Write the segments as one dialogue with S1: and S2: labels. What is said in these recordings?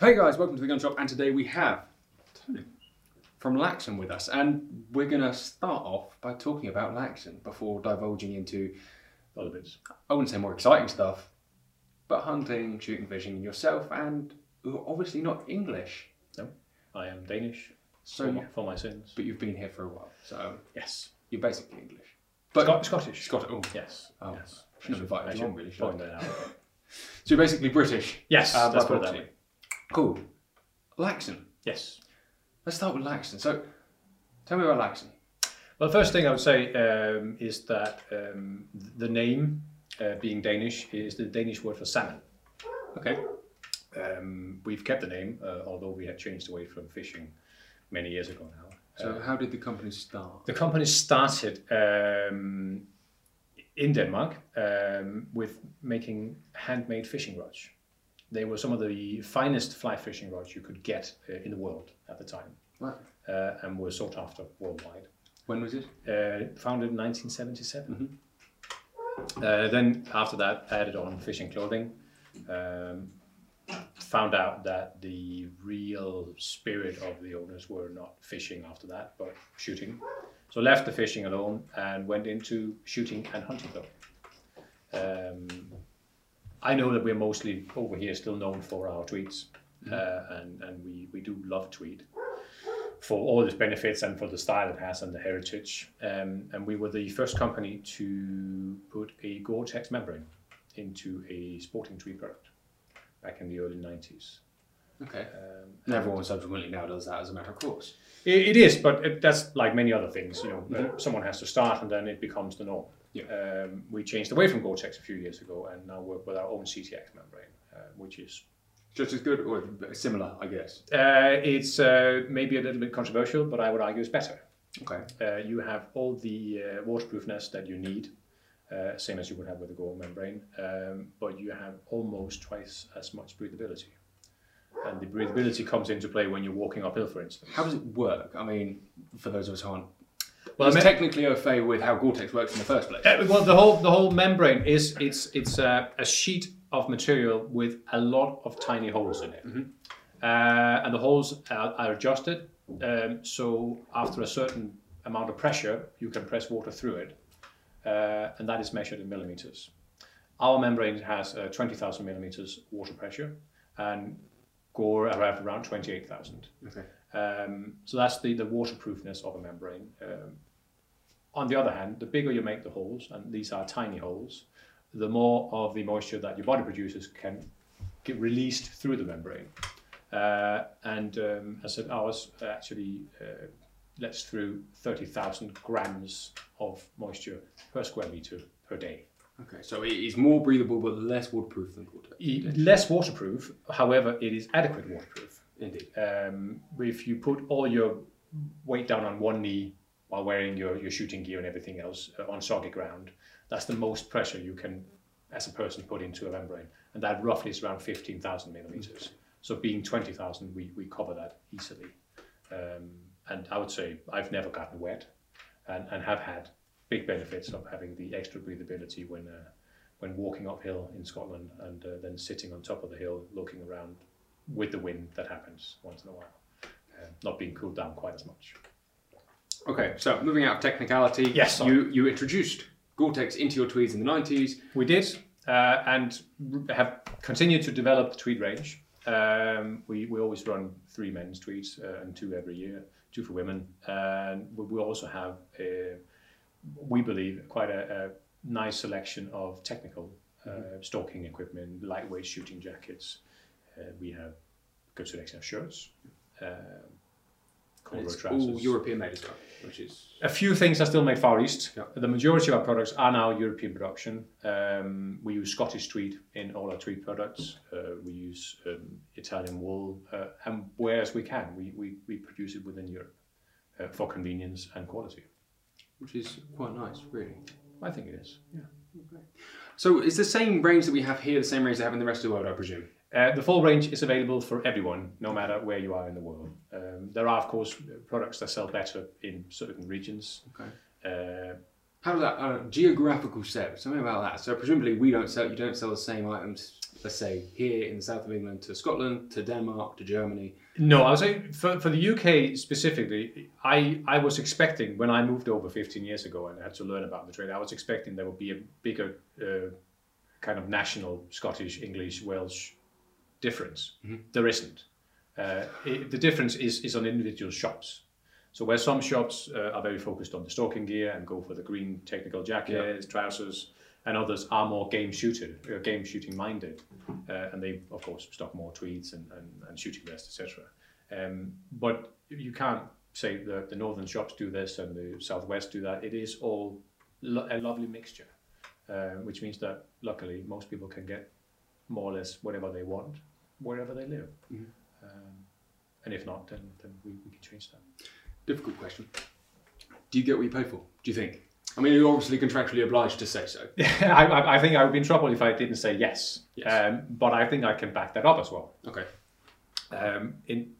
S1: Hey guys, welcome to the Gun Shop, and today we have Tony from Laxon with us, and we're going to start off by talking about Laxon before divulging into,
S2: Other bits.
S1: I wouldn't say more exciting stuff, but hunting, shooting, fishing, yourself, and you're obviously not English,
S2: I am Danish
S1: so
S2: for, my, for my sins.
S1: but you've been here for a while, so
S2: Yes.
S1: you're basically English. But
S2: Scot- Scottish.
S1: Scott, oh,
S2: Yes.
S1: Oh.
S2: Yes.
S1: Shouldn't have invited
S2: I
S1: you
S2: should
S1: on, really, should I?
S2: Point that out.
S1: so you're basically British.
S2: yes.
S1: uh,
S2: let's
S1: by
S2: put it that
S1: proxy.
S2: way.
S1: Cool. Laxon.
S2: Yes.
S1: Let's start with Laxon. So, tell me about Laxon.
S2: Well, the first thing I would say um, is that um, th- the name, uh, being Danish, is the Danish word for salmon.
S1: Okay.
S2: Um, we've kept the name, uh, although we had changed away from fishing many years ago now.
S1: So, how did the company start?
S2: The company started um, in Denmark um, with making handmade fishing rods. They were some of the finest fly fishing rods you could get uh, in the world at the time
S1: Right.
S2: uh, and were sought after worldwide.
S1: When was it?
S2: Uh, founded in 1977. Uh, then after that, added on fishing clothing. Um, found out that the real spirit of the owners were not fishing after that, but shooting. So left the fishing alone and went into shooting and hunting though. Um, I know that we're mostly over here still known for our tweets, uh, and and we we do love tweet for all its benefits and for the style it has and the heritage. Um, and we were the first company to put a Gore-Tex membrane into a sporting tweed product back in the early 90s.
S1: Okay.
S2: Um,
S1: And everyone subsequently now does that as a matter of course.
S2: it, it is, but it, that's like many other things. You know, uh, someone has to start, and then it becomes the norm.
S1: Yeah.
S2: Um, we changed away from Gore-Tex a few years ago, and now work with our own CTX membrane, uh, which is
S1: Just as good or similar, I guess.
S2: uh, it's uh, maybe a little bit controversial, but I would argue it's better.
S1: Okay.
S2: Uh, you have all the uh, waterproofness that you need, uh, same as you would have with a gore membrane, um, but you have almost twice as much breathability. And the breathability comes into play when you're walking uphill, for instance.
S1: How does it work? I mean, for those of us who aren't
S2: Well,
S1: well,
S2: I mean-
S1: technically au fait with how Gore-Tex works in the first place.
S2: Uh, well, the whole the whole membrane is it's it's a, a sheet of material with a lot of tiny holes in it, uh, and the holes are, are adjusted. Um, so after a certain amount of pressure, you can press water through it, uh, and that is measured in millimeters. Our membrane has uh, twenty thousand millimeters water pressure, and Gore arrived around twenty eight thousand.
S1: Okay.
S2: Um, so that's the, the waterproofness of a membrane. Um, on the other hand, the bigger you make the holes, and these are tiny holes, the more of the moisture that your body produces can get released through the membrane. Uh, and um, as I said, ours actually uh, lets through 30,000 grams of moisture per square meter per day.
S1: Okay. So it is more breathable but less waterproof than Gore-Tex.
S2: E- Less waterproof, however, it is adequate waterproof.
S1: Indeed.
S2: um, if you put all your weight down on one knee while wearing your, your shooting gear and everything else uh, on soggy ground, that's the most pressure you can, as a person, put into a membrane. And that roughly is around 15,000 millimeters. So being 20,000, we, we cover that easily. Um, and I would say I've never gotten wet and, and have had big benefits of having the extra breathability when, uh, when walking uphill in Scotland and uh, then sitting on top of the hill looking around with the wind that happens once in a while, uh, not being cooled down quite as much.
S1: Okay. So moving out of technicality.
S2: Yes, sorry.
S1: You you introduced Gore-Tex into your tweeds in the nineties.
S2: We did, uh, and r- have continued to develop the tweed range. Um, we, we always run three men's tweeds uh, and two every year, two for women. And we, we also have, uh we believe, quite a, a nice selection of technical uh,
S1: Mm-hmm.
S2: stalking equipment, lightweight shooting jackets. Uh, we have good selection of shirts, uh, corduroy
S1: It's
S2: trousers.
S1: all European made as well, which is
S2: A few things are still made Far East.
S1: Yeah.
S2: The majority of our products are now European production. Um, we use Scottish tweed in all our tweed products. Uh, we use um, Italian wool, uh, and whereas we can, we, we, we produce it within Europe uh, for convenience and quality.
S1: which is quite nice, really.
S2: I think it is. Yeah.
S1: So it's the same range that we have here, the same range they have in the rest of the world, I presume.
S2: Uh, the full range is available for everyone, no matter where you are in the world. Um, there are, of course, products that sell better in certain regions.
S1: Okay.
S2: Uh,
S1: How does that uh, geographical set? Something about that. So presumably we don't sell. You don't sell the same items let's say, here in the south of England to Scotland, to Denmark, to Germany?
S2: No, I was saying for, for the UK specifically, I, I was expecting when I moved over 15 years ago and had to learn about the trade, I was expecting there would be a bigger uh, kind of national Scottish, English, Welsh difference. There isn't. Uh, it, the difference is, is on individual shops. So where some shops uh, are very focused on the stalking gear and go for the green technical jackets, trousers, and others are more game shooter, uh, game shooting minded, uh, and they of course stock more tweeds and, and, and shooting vests, etc. Um, but you can't say that the northern shops do this and the southwest do that. It is all lo- a lovely mixture, uh, which means that luckily most people can get more or less whatever they want wherever they live. Um, and if not, then, then we, we can change that.
S1: Difficult question. Do you get what you pay for? Do you think? I mean, you're obviously contractually obliged to say so.
S2: I, I, I think I would be in trouble if I didn't say yes.
S1: Yes.
S2: Um, but I think I can back that up as well.
S1: Okay.
S2: Um, in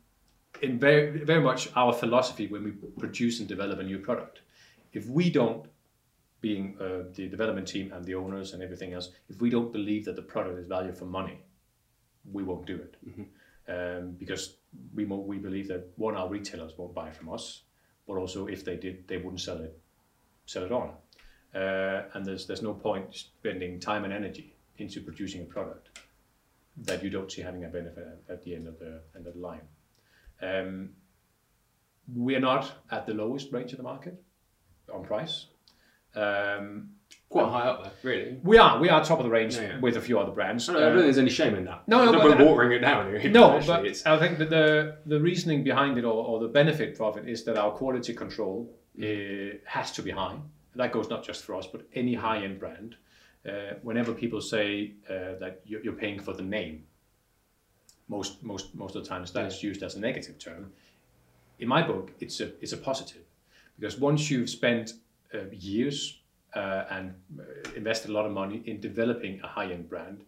S2: in very, very much our philosophy when we produce and develop a new product, if we don't, being uh, the development team and the owners and everything else, if we don't believe that the product is value for money, we won't do it. Um, because we, mo- we believe that one, our retailers won't buy from us, but also if they did, they wouldn't sell it sell it on. Uh, and there's there's no point spending time and energy into producing a product that you don't see having a benefit at, at the end of the end of the line. Um, we're not at the lowest range of the market on price. Um,
S1: Quite high up there, really.
S2: we are we are top of the range
S1: Yeah, yeah.
S2: with a few other brands.
S1: I don't, I don't
S2: Uh,
S1: think there's any shame in that.
S2: No, no,
S1: Not
S2: but- uh,
S1: we're watering it down here.
S2: no,
S1: actually,
S2: but
S1: it's-
S2: I think that the the reasoning behind it or, or the benefit of it is that our quality control uh, has to be high. That goes not just for us, but any high end brand. Uh, whenever people say uh, that you're, you're paying for the name, most most most of the times that is used as a negative term. In my book, it's a it's a positive because once you've spent uh, years uh, and uh, invested a lot of money in developing a high end brand,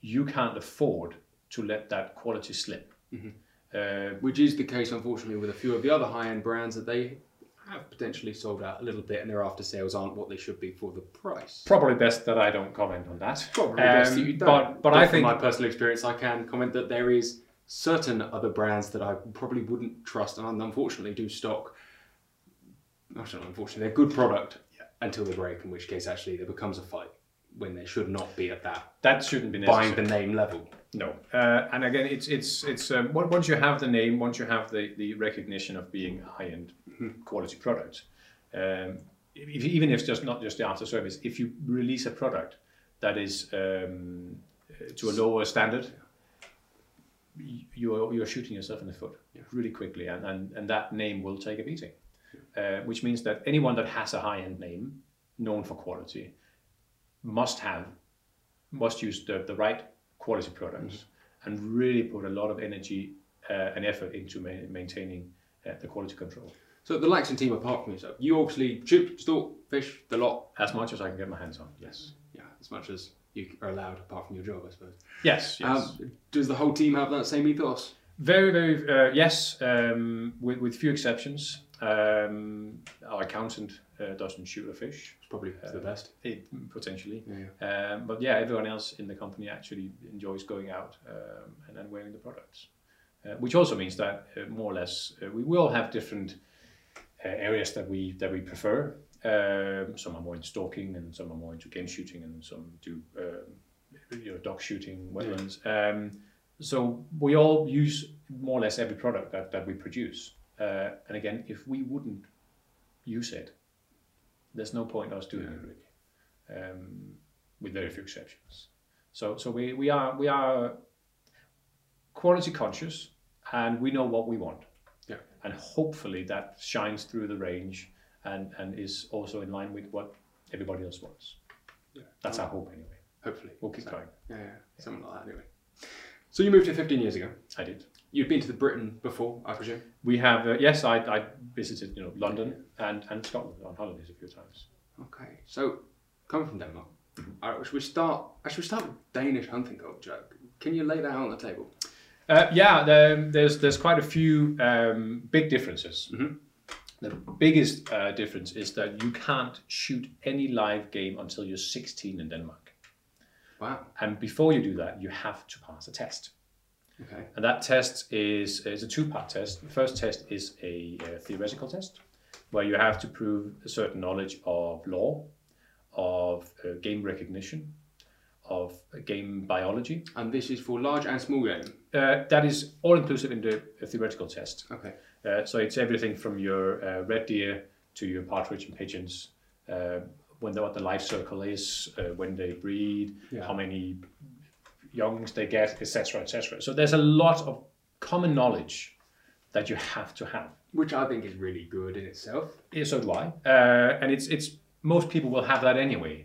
S2: you can't afford to let that quality slip.
S1: Mm-hmm.
S2: Uh,
S1: Which is the case, unfortunately, with a few of the other high end brands that they have potentially sold out a little bit and their after sales aren't what they should be for the price.
S2: probably best that I don't comment on that.
S1: Probably
S2: Um,
S1: best that you don't.
S2: But, but I
S1: from
S2: think
S1: my personal experience, I can comment that there is certain other brands that I probably wouldn't trust and unfortunately do stock. I don't know, unfortunately, they're good product until they break, in which case actually there becomes a fight when they should not be at that
S2: that shouldn't be necessary.
S1: buying the name level.
S2: No, uh, and again, it's it's it's um, on- once you have the name, once you have the, the recognition of being a high end quality product, um, if, even if it's just not just the after service, if you release a product that is um, uh, to a lower standard, y- you are you are shooting yourself in the foot really quickly, and, and and that name will take a beating, uh, which means that anyone that has a high end name, known for quality, must have must use the, the right quality products and really put a lot of energy uh, and effort into ma- maintaining uh, the quality control
S1: So the Laxon team, apart from yourself, you obviously chip, stalk, fish, the lot,
S2: as much as I can get my hands on. Yes.
S1: yeah, as much as you are allowed apart from your job, I suppose.
S2: Yes. Yes.
S1: Um, does the whole team have that same ethos?
S2: very, very uh, yes, um, with with few exceptions. Um, our accountant uh, doesn't shoot a fish,
S1: It's probably for the best.
S2: it, potentially.
S1: Uh, Yeah, yeah.
S2: Um, but yeah, everyone else in the company actually enjoys going out um, and, and wearing the products, uh, which also means that uh, more or less uh, we will have different uh, areas that we that we prefer. Um, some are more into stalking, and some are more into game shooting, and some do um, you know dog shooting, wetlands. Um, so we all use more or less every product that, that we produce. Uh, and again, if we wouldn't use it, there's no point us doing it really, um, with very few exceptions. So so we, we are we are quality conscious, and we know what we want
S1: Yeah.
S2: and hopefully that shines through the range and, and is also in line with what everybody else wants.
S1: Yeah.
S2: That's our hope anyway.
S1: Hopefully.
S2: We'll keep
S1: So,
S2: trying.
S1: Yeah, yeah, something like that anyway. So you moved here 15 years ago.
S2: I did.
S1: You'd been to the Britain before, I presume.
S2: We have uh, yes, I, I visited you know London and, and Scotland on holidays a few times.
S1: Okay. So coming from Denmark, all right, should we start? uh, Should we start with Danish hunting culture? Can you lay that out on the table?
S2: Uh, yeah, there, there's there's quite a few um, big differences.
S1: Mhm.
S2: The biggest uh, difference is that you can't shoot any live game until you're 16 in Denmark.
S1: Wow.
S2: And before you do that, you have to pass a test.
S1: Okay.
S2: And that test is is a two part test. The first test is a, uh theoretical test where you have to prove a certain knowledge of law, of uh, game recognition, of uh, game biology.
S1: And this is for large and small game.
S2: Uh, that is all inclusive in the uh, theoretical test.
S1: Okay.
S2: Uh, so it's everything from your uh, red deer to your partridge and pigeons. Uh, when the, what the life circle is, uh, when they breed,
S1: Yeah.
S2: how many youngs they get, etc., etc. So there's a lot of common knowledge that you have to have.
S1: Which I think is really good in itself.
S2: Yeah, so do I. Uh, and it's it's most people will have that anyway.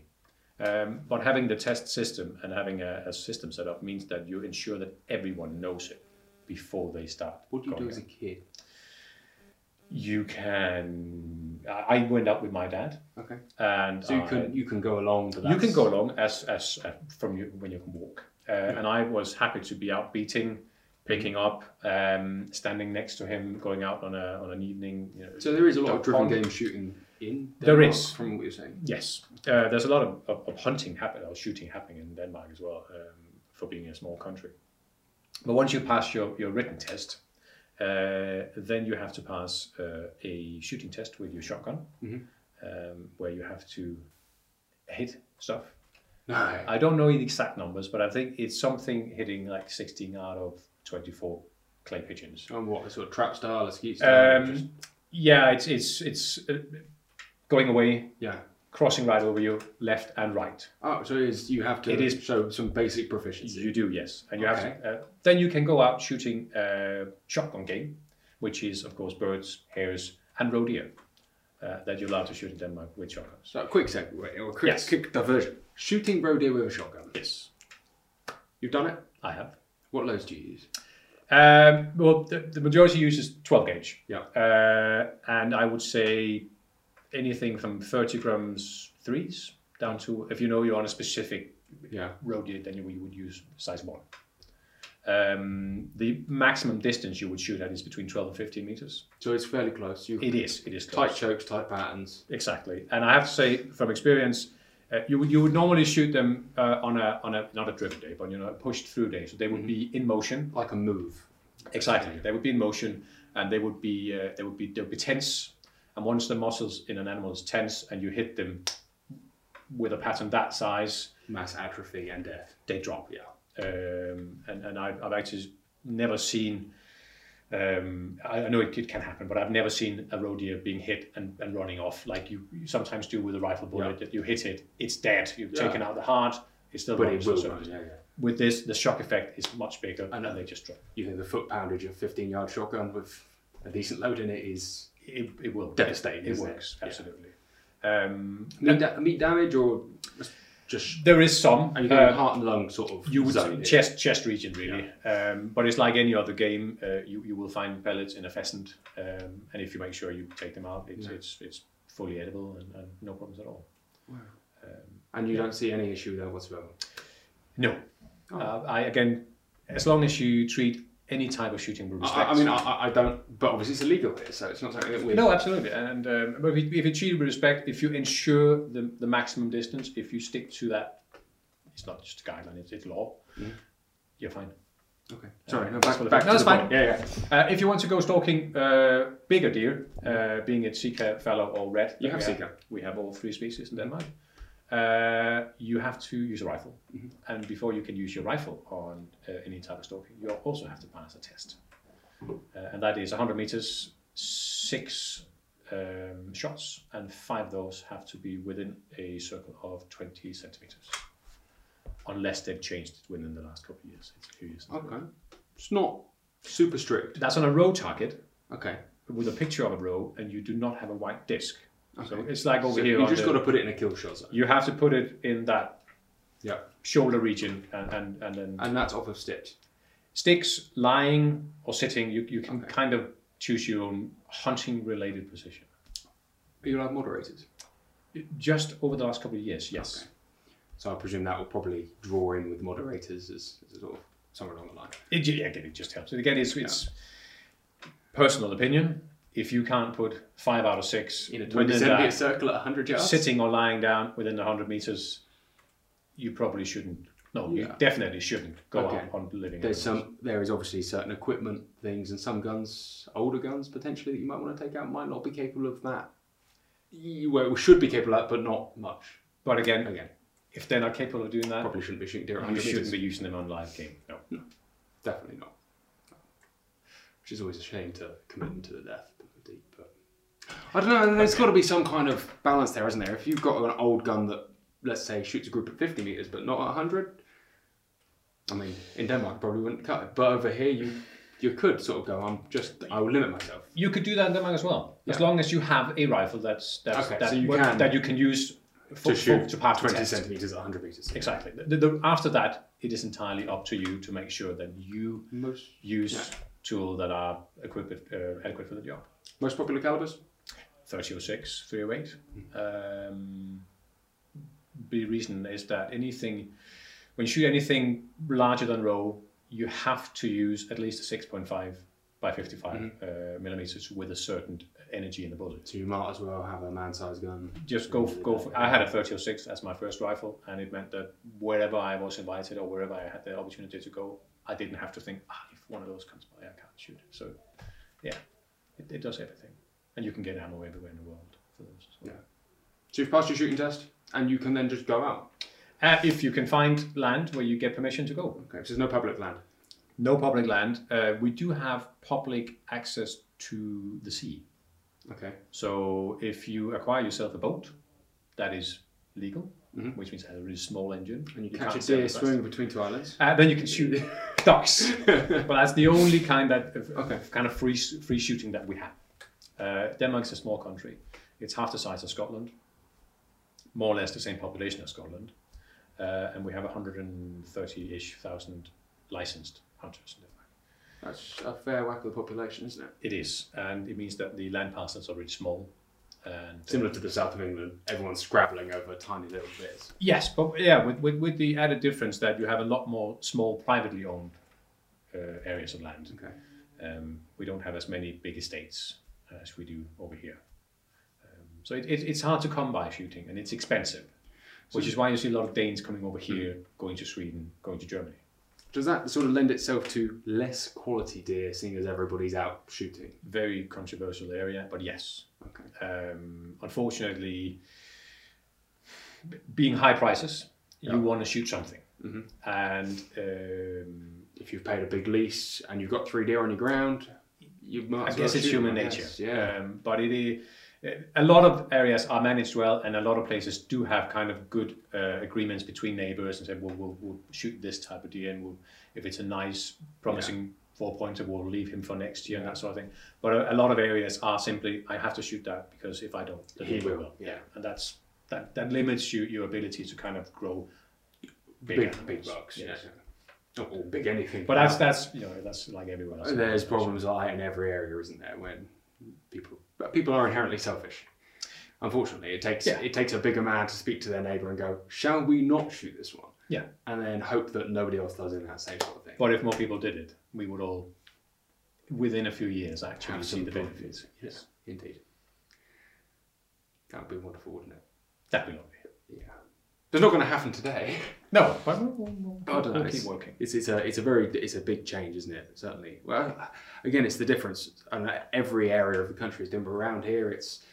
S2: Um, but having the test system and having a, a system set up means that you ensure that everyone knows it before they start.
S1: What do you
S2: going
S1: do
S2: out
S1: as a kid?
S2: you can i I went up with my dad
S1: Okay.
S2: and
S1: So you
S2: I-
S1: can you can go along, but that's,
S2: Uh, you can go along as as uh, from you when you can walk uh, and i was happy to be out beating picking
S1: Mm.
S2: up um standing next to him going out on a on an evening you know
S1: So there is a lot of
S2: Duck
S1: driven
S2: pond.
S1: game shooting in
S2: There
S1: Denmark,
S2: is.
S1: from what you're saying.
S2: yes uh, there's a lot of, of, of hunting happening or shooting happening in denmark as well um, for being a small country but once you pass your, your written test uh, then you have to pass uh, a shooting test with your shotgun
S1: Mhm.
S2: um, where you have to hit stuff.
S1: No.
S2: I don't know the exact numbers, but I think it's something hitting like 16 out of 24 clay pigeons.
S1: On what a sort of trap style, a skeet style? just-
S2: Um, yeah, it's it's it's uh, going away,
S1: yeah.
S2: crossing right over you, left and right.
S1: Oh, so it is, you have to
S2: It is-
S1: show some basic proficiency.
S2: You do, yes, and you have
S1: Okay.
S2: to. Uh, then you can go out shooting uh, shotgun game, which is of course birds, hares, and roe deer uh, that you're allowed to shoot in Denmark with shotguns.
S1: So a quick segue or a quick,
S2: Yes.
S1: quick diversion. Shooting roe deer with a shotgun.
S2: Yes,
S1: You've done it.
S2: I have.
S1: What loads do you use?
S2: Um, well, the, the majority uses 12 gauge.
S1: Yeah.
S2: Uh, and I would say anything from 30 grams threes down to, if you know you're on a specific
S1: Yeah.
S2: road, you- then you, you would use size one. Um, the maximum distance you would shoot at is between 12 and 15 meters.
S1: So it's fairly close. You
S2: It is, it is close.
S1: tight chokes, tight patterns.
S2: Exactly. And I have to say, from experience, uh, you would you would normally shoot them uh, on a on a not a driven day, but you know a pushed through day. So they would be in motion.
S1: Like a move.
S2: Exactly. They would be in motion, and they would be uh, they would be they would be tense. And once the muscles in an animal is tense, and you hit them with a pattern that size,
S1: Mass atrophy and death.
S2: they drop. Yeah. Um, and and I've, I've actually never seen. Um, I, I know it, it can happen, but I've never seen a roe deer being hit and, and running off like you, you sometimes do with a rifle bullet. That you hit it, it's dead. You've
S1: Yeah.
S2: taken out the heart. It's still
S1: But
S2: running.
S1: it will
S2: So-
S1: run. Yeah, yeah.
S2: With this, the shock effect is much bigger,
S1: I know.
S2: and they just drop.
S1: You think the foot poundage of 15 yard shotgun with a decent load in it is
S2: It, it will
S1: Devastating,
S2: It, it
S1: isn't it?
S2: works
S1: Yeah.
S2: absolutely. Um,
S1: meat, da- meat damage or just.
S2: there is some.
S1: Are you
S2: uh,
S1: going heart and lung sort of
S2: you would
S1: zone it?
S2: chest chest region really, um, but it's like any other game. Uh, you you will find pellets in a pheasant, um, and if you make sure you take them out, it's
S1: Yeah.
S2: it's it's fully edible and, and no problems at all.
S1: And you don't see any issue there whatsoever.
S2: No,
S1: Oh.
S2: uh, I again, as long as you treat any type of shooting with respect.
S1: I, I mean, I- I, I don't, but obviously it's illegal here, so it's not something that we.
S2: no, absolutely, and um, but if you, if you treat it with respect, if you ensure the, the maximum distance, if you stick to that, it's not just a guideline; it's, it's law.
S1: Mm.
S2: You're fine.
S1: Okay. Sorry, no,
S2: that's
S1: back,
S2: what I
S1: back
S2: thought. No,
S1: to
S2: it's
S1: the
S2: fine.
S1: point. Yeah, yeah.
S2: Uh, if you want to go stalking uh, bigger deer, uh, being a Sika fallow or red,
S1: You have Mm-hmm.
S2: we
S1: Sika.
S2: We have all three species in Denmark. Uh, you have to use a rifle,
S1: Mm-hmm.
S2: and before you can use your rifle on uh, any type of stalking, you also have to pass a test, uh, and that is 100 meters, six um, shots, and five of those have to be within a circle of 20 centimeters, unless they've changed it within the last couple of years. It's a few years. now.
S1: Okay. It's not super strict.
S2: That's on a row target.
S1: Okay.
S2: with a picture of a row and you do not have a white disc. So
S1: Okay.
S2: it's like over
S1: So
S2: here.
S1: you
S2: on
S1: just
S2: the-
S1: got to put it in a kill shot zone.
S2: you have to put it in that
S1: Yeah.
S2: shoulder region and, and, and then
S1: And that's off of stitch.
S2: sticks, lying or sitting, you, you can
S1: Okay.
S2: kind of choose your own hunting related position.
S1: But you'll have moderators.
S2: Just over the last couple of years, yes.
S1: So I presume that will probably draw in with moderators as, as sort of somewhere along the line.
S2: It, ju- again, it just helps. And again, it's, it's personal opinion. If you can't put five out of six
S1: In a 20
S2: within
S1: centimeter
S2: that,
S1: circle at 100 yards.
S2: sitting or lying down within the 100 meters, you probably shouldn't. No, you
S1: Yeah.
S2: definitely shouldn't go
S1: Okay.
S2: out on living.
S1: There's
S2: animals.
S1: some. There is obviously certain equipment things and some guns, older guns potentially that you might want to take out might not be capable of that. You- Well, should be capable of that, but not much.
S2: But again,
S1: Again,
S2: if they're not capable of doing that,
S1: probably shouldn't be shooting deer at
S2: you
S1: 100
S2: shouldn't
S1: meters.
S2: be using them on live game. No.
S1: Definitely not. Which is always a shame to commit them to the death. indeed, But I don't know. There's got to be some kind of balance there, isn't there? If you've got an old gun that, let's say, shoots a group at 50 meters, but not at 100. I mean, in Denmark, you probably wouldn't cut it, but over here, you you could sort of go. I'm just. I will limit myself.
S2: You could do that in Denmark as well, as
S1: Yeah.
S2: long as you have a rifle that's, that's
S1: Okay,
S2: that,
S1: so you
S2: work-
S1: can-
S2: that you can use for,
S1: to shoot
S2: for, to pass the
S1: 20
S2: test.
S1: centimeters at 100 meters.
S2: Exactly. The- the- after that, it is entirely up to you to make sure that you
S1: Most
S2: use
S1: Yeah.
S2: tools that are equipped, uh, adequate for the job.
S1: most popular calibers.
S2: 3006, 308. Um, the reason is that anything, when you shoot anything larger than row, you have to use at least a 6.5 by 55 uh, millimeters with a certain energy in the bullet.
S1: So you might as well have a man-sized gun.
S2: just go f- go. For, I had a 3006 as my first rifle, and it meant that wherever I was invited or wherever I had the opportunity to go, I didn't have to think, ah, if one of those comes by, I can't shoot. So, yeah, it, it does everything, and you can get ammo everywhere in the world for those. As well.
S1: So you've passed your shooting test, and you can then just go out.
S2: Uh, if you can find land where you get permission to go,
S1: Okay, so there's no public land.
S2: no public land. Uh, we do have public access to the sea.
S1: Okay.
S2: So if you acquire yourself a boat, that is legal, which means it has a really small engine,
S1: Mm-hmm. And you,
S2: can't
S1: catch a
S2: sail
S1: deer
S2: it fast.
S1: swimming between two islands.
S2: Uh, then you can shoot ducks. but that's the only kind that okay. kind of free free shooting that we have. Uh, Denmark's a small country. It's half the size of Scotland, more or less the same population as Scotland, uh, and we have 130-ish thousand licensed hunters in Denmark.
S1: That's a fair whack of the population, isn't it?
S2: It is, and it means that the land parcels are really small. And
S1: Similar to the south of England, everyone's scrabbling over tiny little bits.
S2: Yes, but yeah, with, with, with the added difference that you have a lot more small privately owned uh, areas of land.
S1: Okay.
S2: Um, we don't have as many big estates as we do over here. Um, so it, it, it's hard to come by shooting and it's expensive, which is why you see a lot of Danes coming over here, going to Sweden, going to Germany.
S1: Does that sort of lend itself to less quality deer, seeing as everybody's out shooting?
S2: Very controversial area, but yes.
S1: Okay.
S2: Um, unfortunately, b- being high prices, you want to shoot something. And um,
S1: If you've paid a big lease and you've got three deer on your ground, you might.
S2: I
S1: as
S2: guess
S1: well
S2: it's
S1: shoot
S2: human
S1: them, I
S2: nature.
S1: guess. Yeah.
S2: Um, but it is, uh, a lot of areas are managed well, and a lot of places do have kind of good uh, agreements between neighbors and say, well, we'll, we'll shoot this type of deer, and we'll, if it's a nice, promising four pointer, we'll leave him for next year and that sort of thing. But a, a lot of areas are simply, I have to shoot that because if I don't, the
S1: He
S2: deer
S1: will, yeah.
S2: And that's that, that limits you, your ability to kind of grow big,
S1: big
S2: animals.
S1: big bucks.
S2: Yeah.
S1: Yeah. Not all big anything.
S2: But that's that's you know that's like everywhere else.
S1: there's problems like that in every area, isn't there? When people but people are inherently selfish. Unfortunately, it takes
S2: Yeah.
S1: it takes a bigger man to speak to their neighbour and go, "Shall we not shoot this one?"
S2: Yeah.
S1: and then hope that nobody else does in that same sort of thing.
S2: But if more people did it, we would all, within a few years, actually
S1: Have
S2: see
S1: some
S2: the
S1: fun.
S2: benefits.
S1: Yes, indeed. That would be wonderful, wouldn't it?
S2: That'd be lovely.
S1: Yeah. It's not going to happen today.
S2: No, but we'll, we'll, we'll,
S1: I don't know.
S2: we'll
S1: It's,
S2: keep working.
S1: It's, it's a it's a very it's a big change, isn't it? Certainly. Well, again, it's the difference. And every area of the country is different. But around here, it's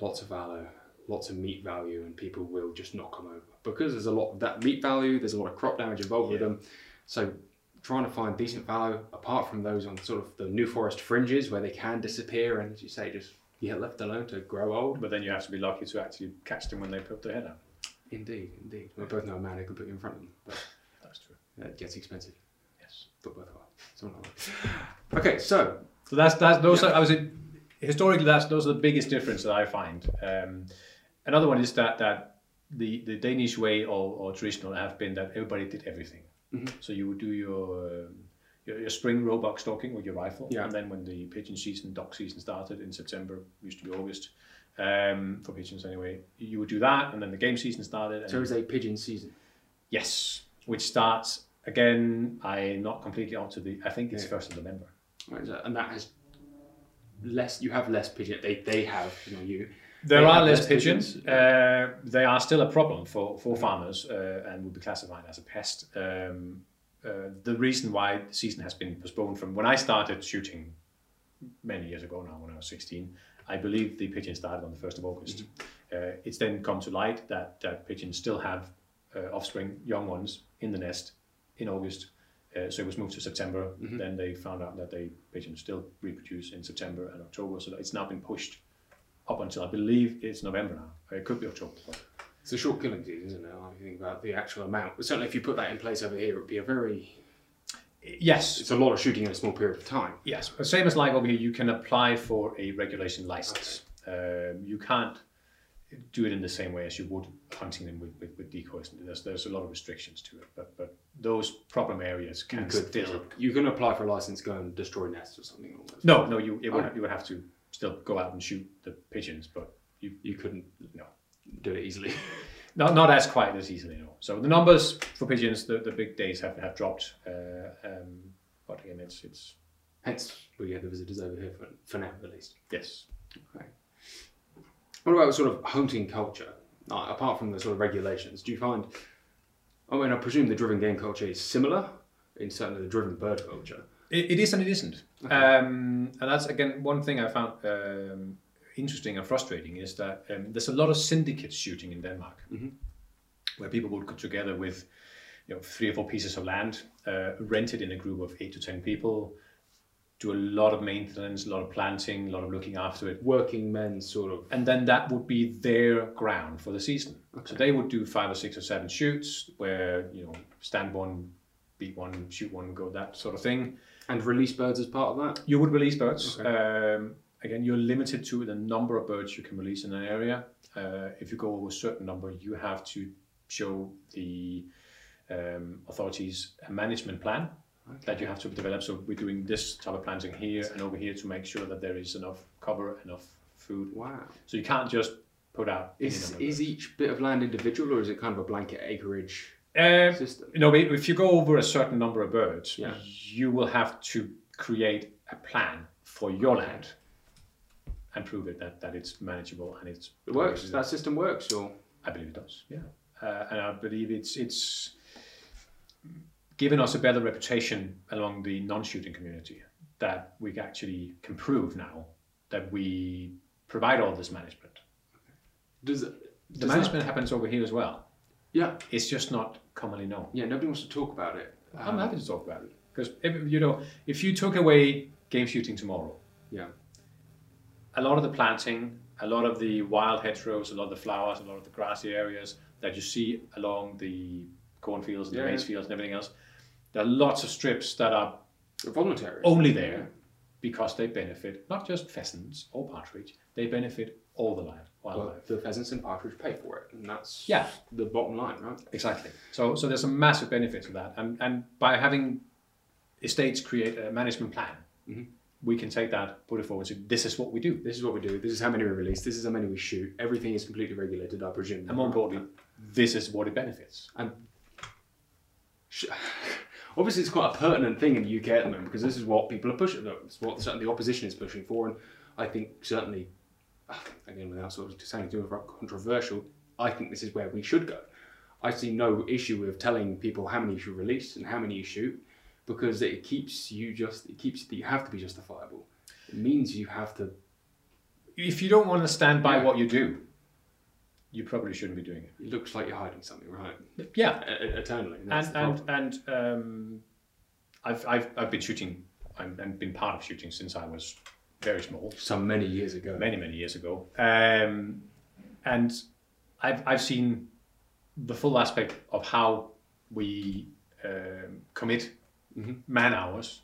S1: lots of value, lots of meat value, and people will just knock them over because there's a lot of that meat value. There's a lot of crop damage involved with
S2: Yeah.
S1: them. So trying to find decent value apart from those on sort of the new forest fringes where they can disappear and, as you say, just get left alone to grow old.
S2: But then you have to be lucky to actually catch them when they put their head out.
S1: Indeed, indeed. We both know a man who can put you in front of them, but
S2: That's true.
S1: that gets expensive.
S2: Yes.
S1: but worthwhile. Something like that. Okay, so
S2: So that's that's those are I was historically that's those are the biggest difference that I find. Um, another one is that that the, the Danish way or, or traditional have been that everybody did everything.
S1: Mm-hmm.
S2: So you would do your, um, your your spring roebuck stalking with your rifle,
S1: Yeah.
S2: and then when the pigeon season, duck season started in September, used to be August um, for pigeons anyway, you would do that, and then the game season started. And
S1: there is a pigeon season.
S2: yes, which starts again. I'm not completely onto the. I think it's
S1: Yeah.
S2: first of November.
S1: What is that? And that has less. You have less pigeon. They they have. You know you.
S2: There
S1: They
S2: are
S1: have
S2: less
S1: less
S2: pigeons.
S1: pigeons,
S2: Uh, they are still a problem for, for farmers uh, and would be classified as a pest. Um, uh, the reason why the season has been postponed from when I started shooting many years ago now, when I was 16, I believe the pigeon started on the 1st of August. Uh, it's then come to light that, that pigeons still have uh, offspring, young ones, in the nest in August. Uh, so it was moved to September. Then they found out that they pigeons still reproduce in September and October. So it's now been pushed up until I believe it's November now. It could be October.
S1: It's a short killing season, isn't it? If you think about the actual amount. But certainly, if you put that in place over here, it would be a very.
S2: Yes,
S1: It's a lot of shooting in a small period of time.
S2: yes. But same as like over here, you can apply for a regulation license. Um, you can't do it in the same way as you would hunting them with, with, with decoys. There's there's a lot of restrictions to it, but but those problem areas can still.
S1: you can apply for a license, go and destroy nests or something. Almost.
S2: No, no, you it would,
S1: Okay.
S2: you would have to still go out and shoot the pigeons, but you
S1: you couldn't
S2: no.
S1: do it easily.
S2: Not, not as quite as easily, no. So the numbers for pigeons, the, the big days have, have dropped. Uh, um, but again, it's, it's
S1: Hence, we get the visitors over here for, for now, at least.
S2: yes.
S1: What about sort of hunting culture? Uh, apart from the sort of regulations, do you find? I mean, I presume the driven game culture is similar in certainly the driven bird culture.
S2: It, it is and it isn't. Um, and that's, again, one thing I found um, interesting and frustrating is that um, there's a lot of syndicate shooting in Denmark where people would get together with you know, three or four pieces of land, uh, rent it in a group of eight to 10 people, do a lot of maintenance, a lot of planting, a lot of looking after it.
S1: Working men sort of
S2: and then that would be their ground for the season. So they would do five or six or seven shoots where you know stand one, beat one, shoot one, go that sort of thing.
S1: and release birds as part of that.
S2: You would release birds. Um, again, you're limited to the number of birds you can release in an area. Uh, if you go over a certain number, you have to show the um, authorities a management plan that you have to develop. So we're doing this type of planting here and over here to make sure that there is enough cover, enough food,
S1: Wow.
S2: so you can't just put out. any
S1: Is
S2: number.
S1: is each bit of land individual, or is it kind of a blanket acreage
S2: Uh,
S1: system?
S2: you know, i- if you go over a certain number of birds,
S1: Yeah.
S2: you will have to create a plan for your land and prove it that, that it's manageable and it's
S1: It works. That system works, or
S2: I believe it does. Yeah, uh, and I believe it's it's given us a better reputation along the non-shooting community that we actually can prove now that we provide all this management.
S1: does it? does
S2: The
S1: that-
S2: management happens over here as well.
S1: yeah,
S2: It's just not commonly known.
S1: yeah. Nobody wants to talk about it. Um,
S2: I'm happy to talk about it because if, you know if you took away game shooting tomorrow,
S1: Yeah.
S2: a lot of the planting, a lot of the wild hedgerows, a lot of the flowers, a lot of the grassy areas that you see along the cornfields and
S1: Yeah,
S2: the
S1: yeah.
S2: maize fields and everything else, there are lots of strips that are
S1: Voluntary.
S2: only there because they benefit not just pheasants or partridge, they benefit all the life, wildlife.
S1: Well, the pheasants and partridge pay for it, and that's
S2: Yeah.
S1: the bottom line, right?
S2: Exactly. So so there's a massive benefit to that, and and by having estates create a management plan,
S1: Mm-hmm.
S2: we can take that, put it forward. So this is what we do,
S1: This is what we do. This is how many we release. This is how many we shoot. Everything is completely regulated, I presume.
S2: and more importantly, this is what it benefits.
S1: And sh- obviously, it's quite a pertinent thing in the UK at the moment because this is what people are pushing. uh, It's what certainly the opposition is pushing for, and I think certainly, again, without sort of saying too much controversial, I think this is where we should go. I see no issue with telling people how many you should release and how many you shoot because it keeps you just it keeps that you have to be justifiable. It means you have to
S2: If you don't want to stand by
S1: Yeah.
S2: what you do, you probably shouldn't be doing it.
S1: It looks like you're hiding something, right?
S2: Yeah,
S1: E- e- Eternally. That's
S2: and
S1: the
S2: and
S1: problem.
S2: and um, I've I've I've been shooting. I'm, I've been part of shooting since I was very small.
S1: some many years ago.
S2: many many years ago um, and I've, I've seen the full aspect of how we um, commit man hours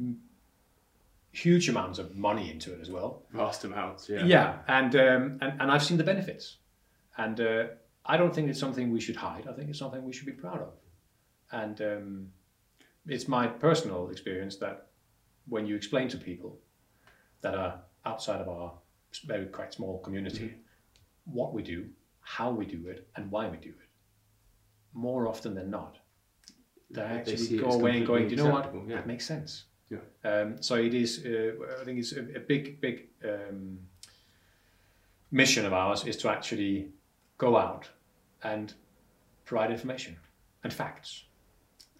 S2: um, huge amounts of money into it as well
S1: Vast amounts, yeah.
S2: yeah and, um, and and I've seen the benefits and uh, I don't think it's something we should hide I think it's something we should be proud of and um, it's my personal experience that when you explain to people that are outside of our s- very quite small community
S1: Mm-hmm.
S2: what we do, how we do it, and why we do it, more often than not, they
S1: They
S2: actually
S1: see it
S2: go
S1: as
S2: away and going,
S1: completely
S2: you know what,
S1: acceptable, yeah.
S2: that makes sense.
S1: Yeah.
S2: Um, so it is. Uh, I think it's a, a big, big um, mission of ours is to actually go out and provide information and facts.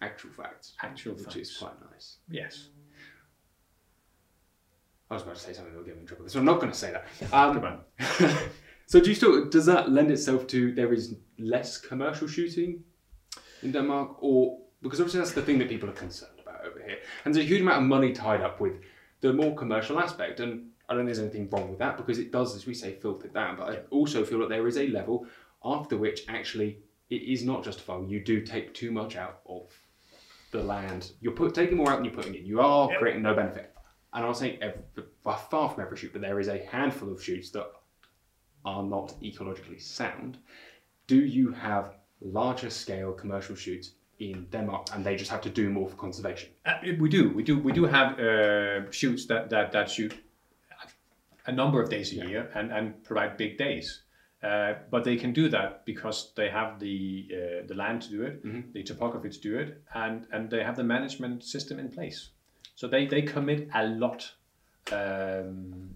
S1: Actual facts.
S2: Actual
S1: Which is
S2: facts.
S1: quite nice.
S2: Yes.
S1: I was about to say something that would get me in trouble, so I'm not going to say that.
S2: Come
S1: Um,
S2: on.
S1: so do you still does that lend itself to there is less commercial shooting in Denmark, or because obviously that's the thing that people are concerned about over here, and there's a huge amount of money tied up with the more commercial aspect, and I don't think there's anything wrong with that because it does, as we say, filter it down. But I also feel that there is a level after which actually it is not justifiable. You do take too much out of the land. You're put, taking more out than you're putting in. You are creating no benefit. And I'll say ev far far from every shoot, but there is a handful of shoots that are not ecologically sound. Do you have larger scale commercial shoots in Denmark and they just have to do more for conservation?
S2: Uh, we do, we do, we do have uh, shoots that, that that shoot a number of days a year and and provide big days. Uh, but they can do that because they have the uh, the land to do it, the topography to do it, and and they have the management system in place. So they they commit a lot. Um,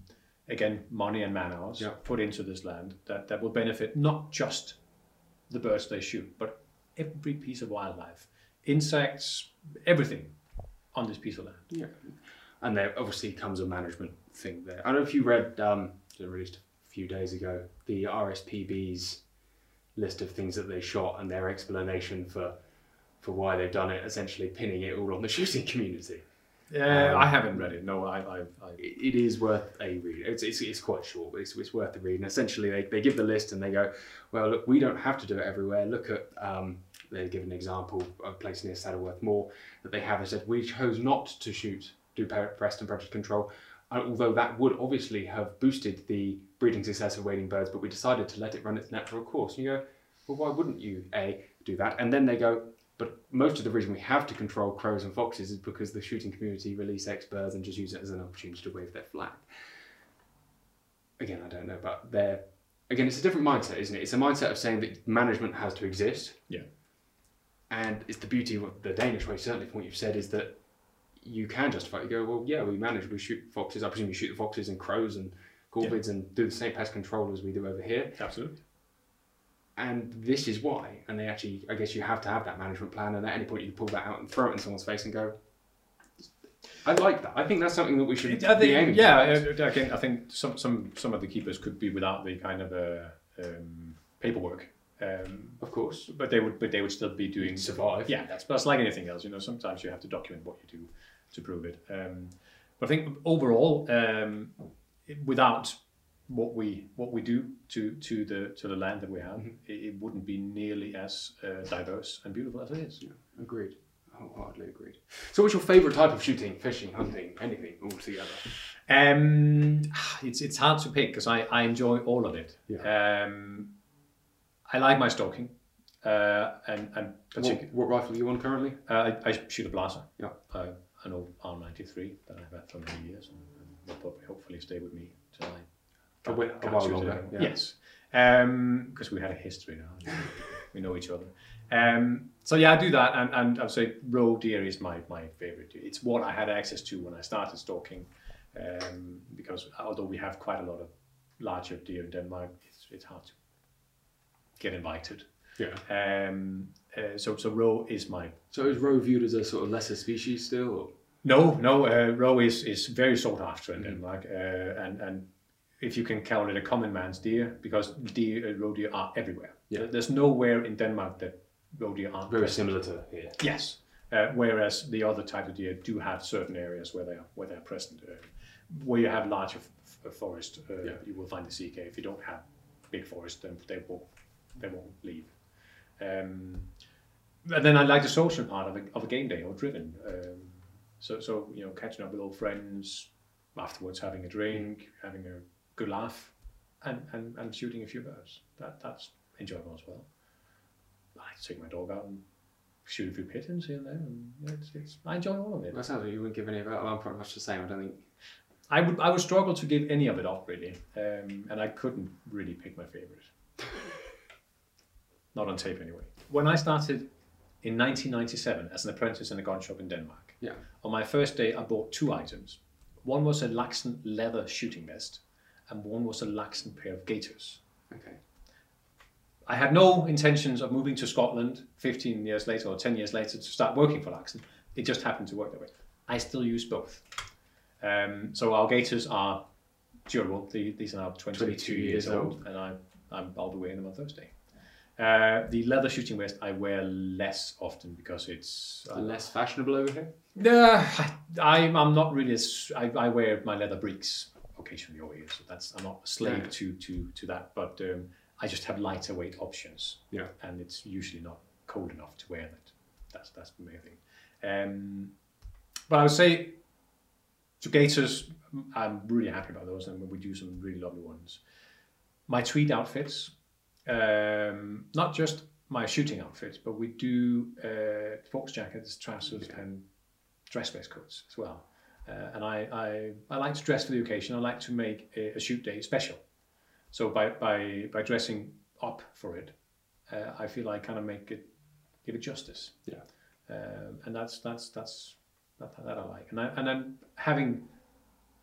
S2: again, money and man hours
S1: Yeah.
S2: put into this land that that will benefit not just the birds they shoot, but every piece of wildlife, insects, everything on this piece of land.
S1: Yeah. And there obviously comes a management thing there. I don't know if you read, um, it was released a few days ago, the RSPB's list of things that they shot and their explanation for for why they've done it, essentially pinning it all on the shooting community.
S2: Uh, I haven't read it. No, I, I, I
S1: it it is worth a read. It's, it's, it's quite short, but it's, it's worth a read. And essentially, they, they give the list and they go, well, look, we don't have to do it everywhere. Look at, um, they give an example of a place near Saddleworth Moor that they have. They said, we chose not to shoot, do pe- pest and predator control, uh, although that would obviously have boosted the breeding success of wading birds, but we decided to let it run its natural course. And you go, well, why wouldn't you, A, do that? And then they go, but most of the reason we have to control crows and foxes is because the shooting community release ex-birds and just use it as an opportunity to wave their flag. Again, I don't know, but they're again, it's a different mindset, isn't it? It's a mindset of saying that management has to exist,
S2: yeah.
S1: and it's the beauty of the Danish way. Certainly, from what you've said, is that you can justify. it. You go, well, yeah, we manage, we shoot foxes. I presume you shoot the foxes and crows and corvids and do the same pest control as we do over here
S2: Absolutely.
S1: and this is why. And they actually, I guess you have to have that management plan, and at any point you pull that out and throw it in someone's face and go, I like that. I think that's something that we should
S2: I
S1: be aiming
S2: think, yeah,
S1: for.
S2: uh, again, I think some, some, some of the keepers could be without the kind of uh, um, paperwork, um,
S1: Of course.
S2: but they would, but they would still be doing.
S1: Survive.
S2: Yeah, that's that's like anything else. You know, sometimes you have to document what you do to prove it. Um, but I think overall, um, it- without what we what we do to to the to the land that we have, it, it wouldn't be nearly as uh, diverse and beautiful as it is.
S1: Agreed. Wholeheartedly agreed. So, what's your favourite type of shooting, fishing, hunting, anything altogether?
S2: Um, it's it's hard to pick because I, I enjoy all of it. Um, I like my stalking, uh, and and
S1: What,
S2: particularly
S1: what rifle are you on currently?
S2: uh, I, I shoot a blaster.
S1: Yeah.
S2: Uh, an old R ninety three that I've had for many years, and will probably hopefully stay with me till I
S1: A,
S2: can't-
S1: whi- a
S2: can't
S1: while
S2: shoot it
S1: longer.
S2: anymore.
S1: Yeah.
S2: Yes, because we had a history now. we know each other. Um, so yeah, I do that, and, and I'd say roe deer is my my favorite. deer. It's what I had access to when I started stalking, um, because although we have quite a lot of larger deer in Denmark, it's, it's hard to get invited.
S1: Yeah.
S2: Um, uh, so so roe is my
S1: So, is roe viewed as a sort of lesser species still? Or?
S2: no, no, uh, roe is, is very sought after in Denmark, uh, and and if you can count it a common man's deer, because deer, uh, roe deer are everywhere.
S1: Yeah.
S2: There- There's nowhere in Denmark that roe deer aren't.
S1: Very similar to here.
S2: Yes, uh, whereas the other type of deer do have certain areas where they are where they are present. Uh, where you have larger f- f- forest, uh,
S1: Yeah.
S2: you will find the CK. If you don't have big forest, then they won't they won't leave. Um, and then I like the social part of a, of a game day or driven. Um, so so you know catching up with old friends, afterwards having a drink, having a good laugh, and, and, and shooting a few birds. That that's enjoyable as well. I take my dog out and shoot a few pigeons here and there, and you know, it's, it's, I enjoy all of it.
S1: That sounds like you wouldn't give any of it. I'm pretty much the same. I don't think.
S2: I would I would struggle to give any of it up really, um, and I couldn't really pick my favorite. Not on tape anyway. When I started in 1997 as an apprentice in a gun shop in Denmark,
S1: Yeah.
S2: on my first day I bought two items. One was a Laxen leather shooting vest, and and one was a Laxon pair of gaiters.
S1: Okay.
S2: I had no intentions of moving to Scotland 15 years later or 10 years later to start working for Laxon. It just happened to work that way. I still use both. Um, so our gaiters are durable. The- These are now 22,
S1: 22
S2: years
S1: years
S2: old, and I, I'm, I'll be wearing them on Thursday. Uh, the leather shooting vest I wear less often because it's uh,
S1: Less fashionable over here.
S2: yeah, I, I'm I'm not really. as- I I wear my leather breeks occasionally over here, so that's I'm not a slave
S1: Yeah.
S2: to to to that. But um, I just have lighter weight options.
S1: Yeah.
S2: and it's usually not cold enough to wear that. That's that's the main thing. Um, but I would say to gaiters, I'm really happy about those, and we do some really lovely ones. My tweed outfits, um, not just my shooting outfits, but we do uh, fox jackets, trousers, and dress waistcoats as well. Uh, and I, I, I like to dress for the occasion. I like to make a, a shoot day special. So by, by, by dressing up for it, uh, I feel I kind of make it, give it justice.
S1: Yeah.
S2: Um, and that's, that's, that's, that, that I like. And, I, and then having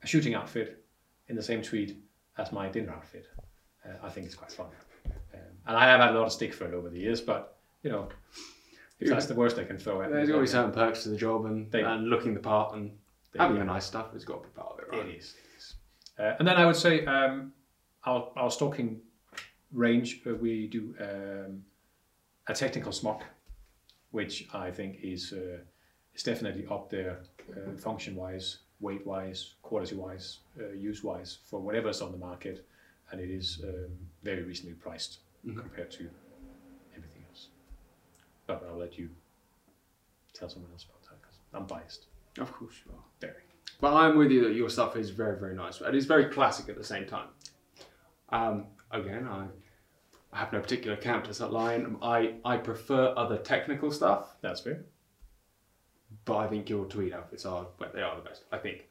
S2: a shooting outfit in the same tweed as my dinner outfit, uh, I think it's quite fun. Um, and I have had a lot of stick for it over the years, but you know, if
S1: Yeah.
S2: that's the worst they can throw at me,
S1: There's got to be
S2: then-
S1: certain perks to the job and,
S2: They-
S1: and looking the part and
S2: They-
S1: having the nice stuff has got to be part of it, right?
S2: It is. It is. Uh, and then I would say um, our, our stocking range, uh, we do um, a technical smock, which I think is, uh, is definitely up there uh, function wise, weight wise, quality wise, uh, use wise for whatever's on the market. And it is um, very reasonably priced compared to everything else. But I'll let you tell someone else about that because I'm biased.
S1: Of course you are.
S2: Very.
S1: But I'm with you that your stuff is very, very nice. And it's very classic at the same time. Um, again, I, I have no particular counter to that line. I, I prefer other technical stuff,
S2: That's fair.
S1: but I think your tweed outfits are well, they are the best. I think,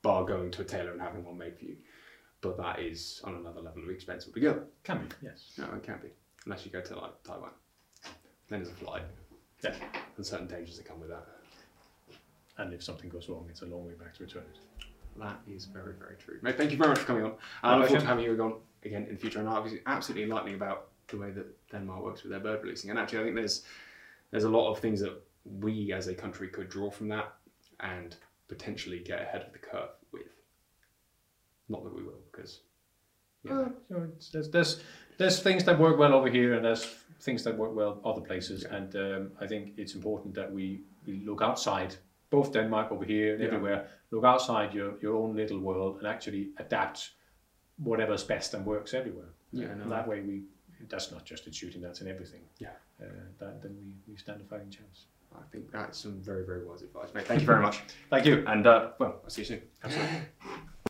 S1: bar going to a tailor and having one made for you. But that is on another level of expense altogether.
S2: Can be, yes.
S1: No, it can't be. Unless you go to like Taiwan. Then there's a flight
S2: Yeah.
S1: and certain dangers that come with that.
S2: And if something goes wrong, it's a long way back to return it.
S1: That is very, very true. Mate, thank you very much for coming on. I look forward
S2: pleasure.
S1: to having you again, again in the future. And I was absolutely enlightening about the way that Denmark works with their bird releasing. And actually, I think there's there's a lot of things that we as a country could draw from that and potentially get ahead of the curve with. Not that we will, because Yeah.
S2: Uh, you know, it's- there's, there's there's things that work well over here, and there's things that work well other places.
S1: Yeah.
S2: And um, I think it's important that we, we look outside, both Denmark over here and
S1: Yeah.
S2: everywhere. Look outside your, your own little world and actually adapt whatever's best and works everywhere.
S1: Yeah, no.
S2: And that way we that's not just in shooting, that's in everything.
S1: Yeah.
S2: Uh, that, then we, we stand a fighting chance.
S1: I think that's some very, very wise advice, mate. Thank you very much.
S2: Thank you.
S1: And, uh, well, I'll see you soon.
S2: Absolutely.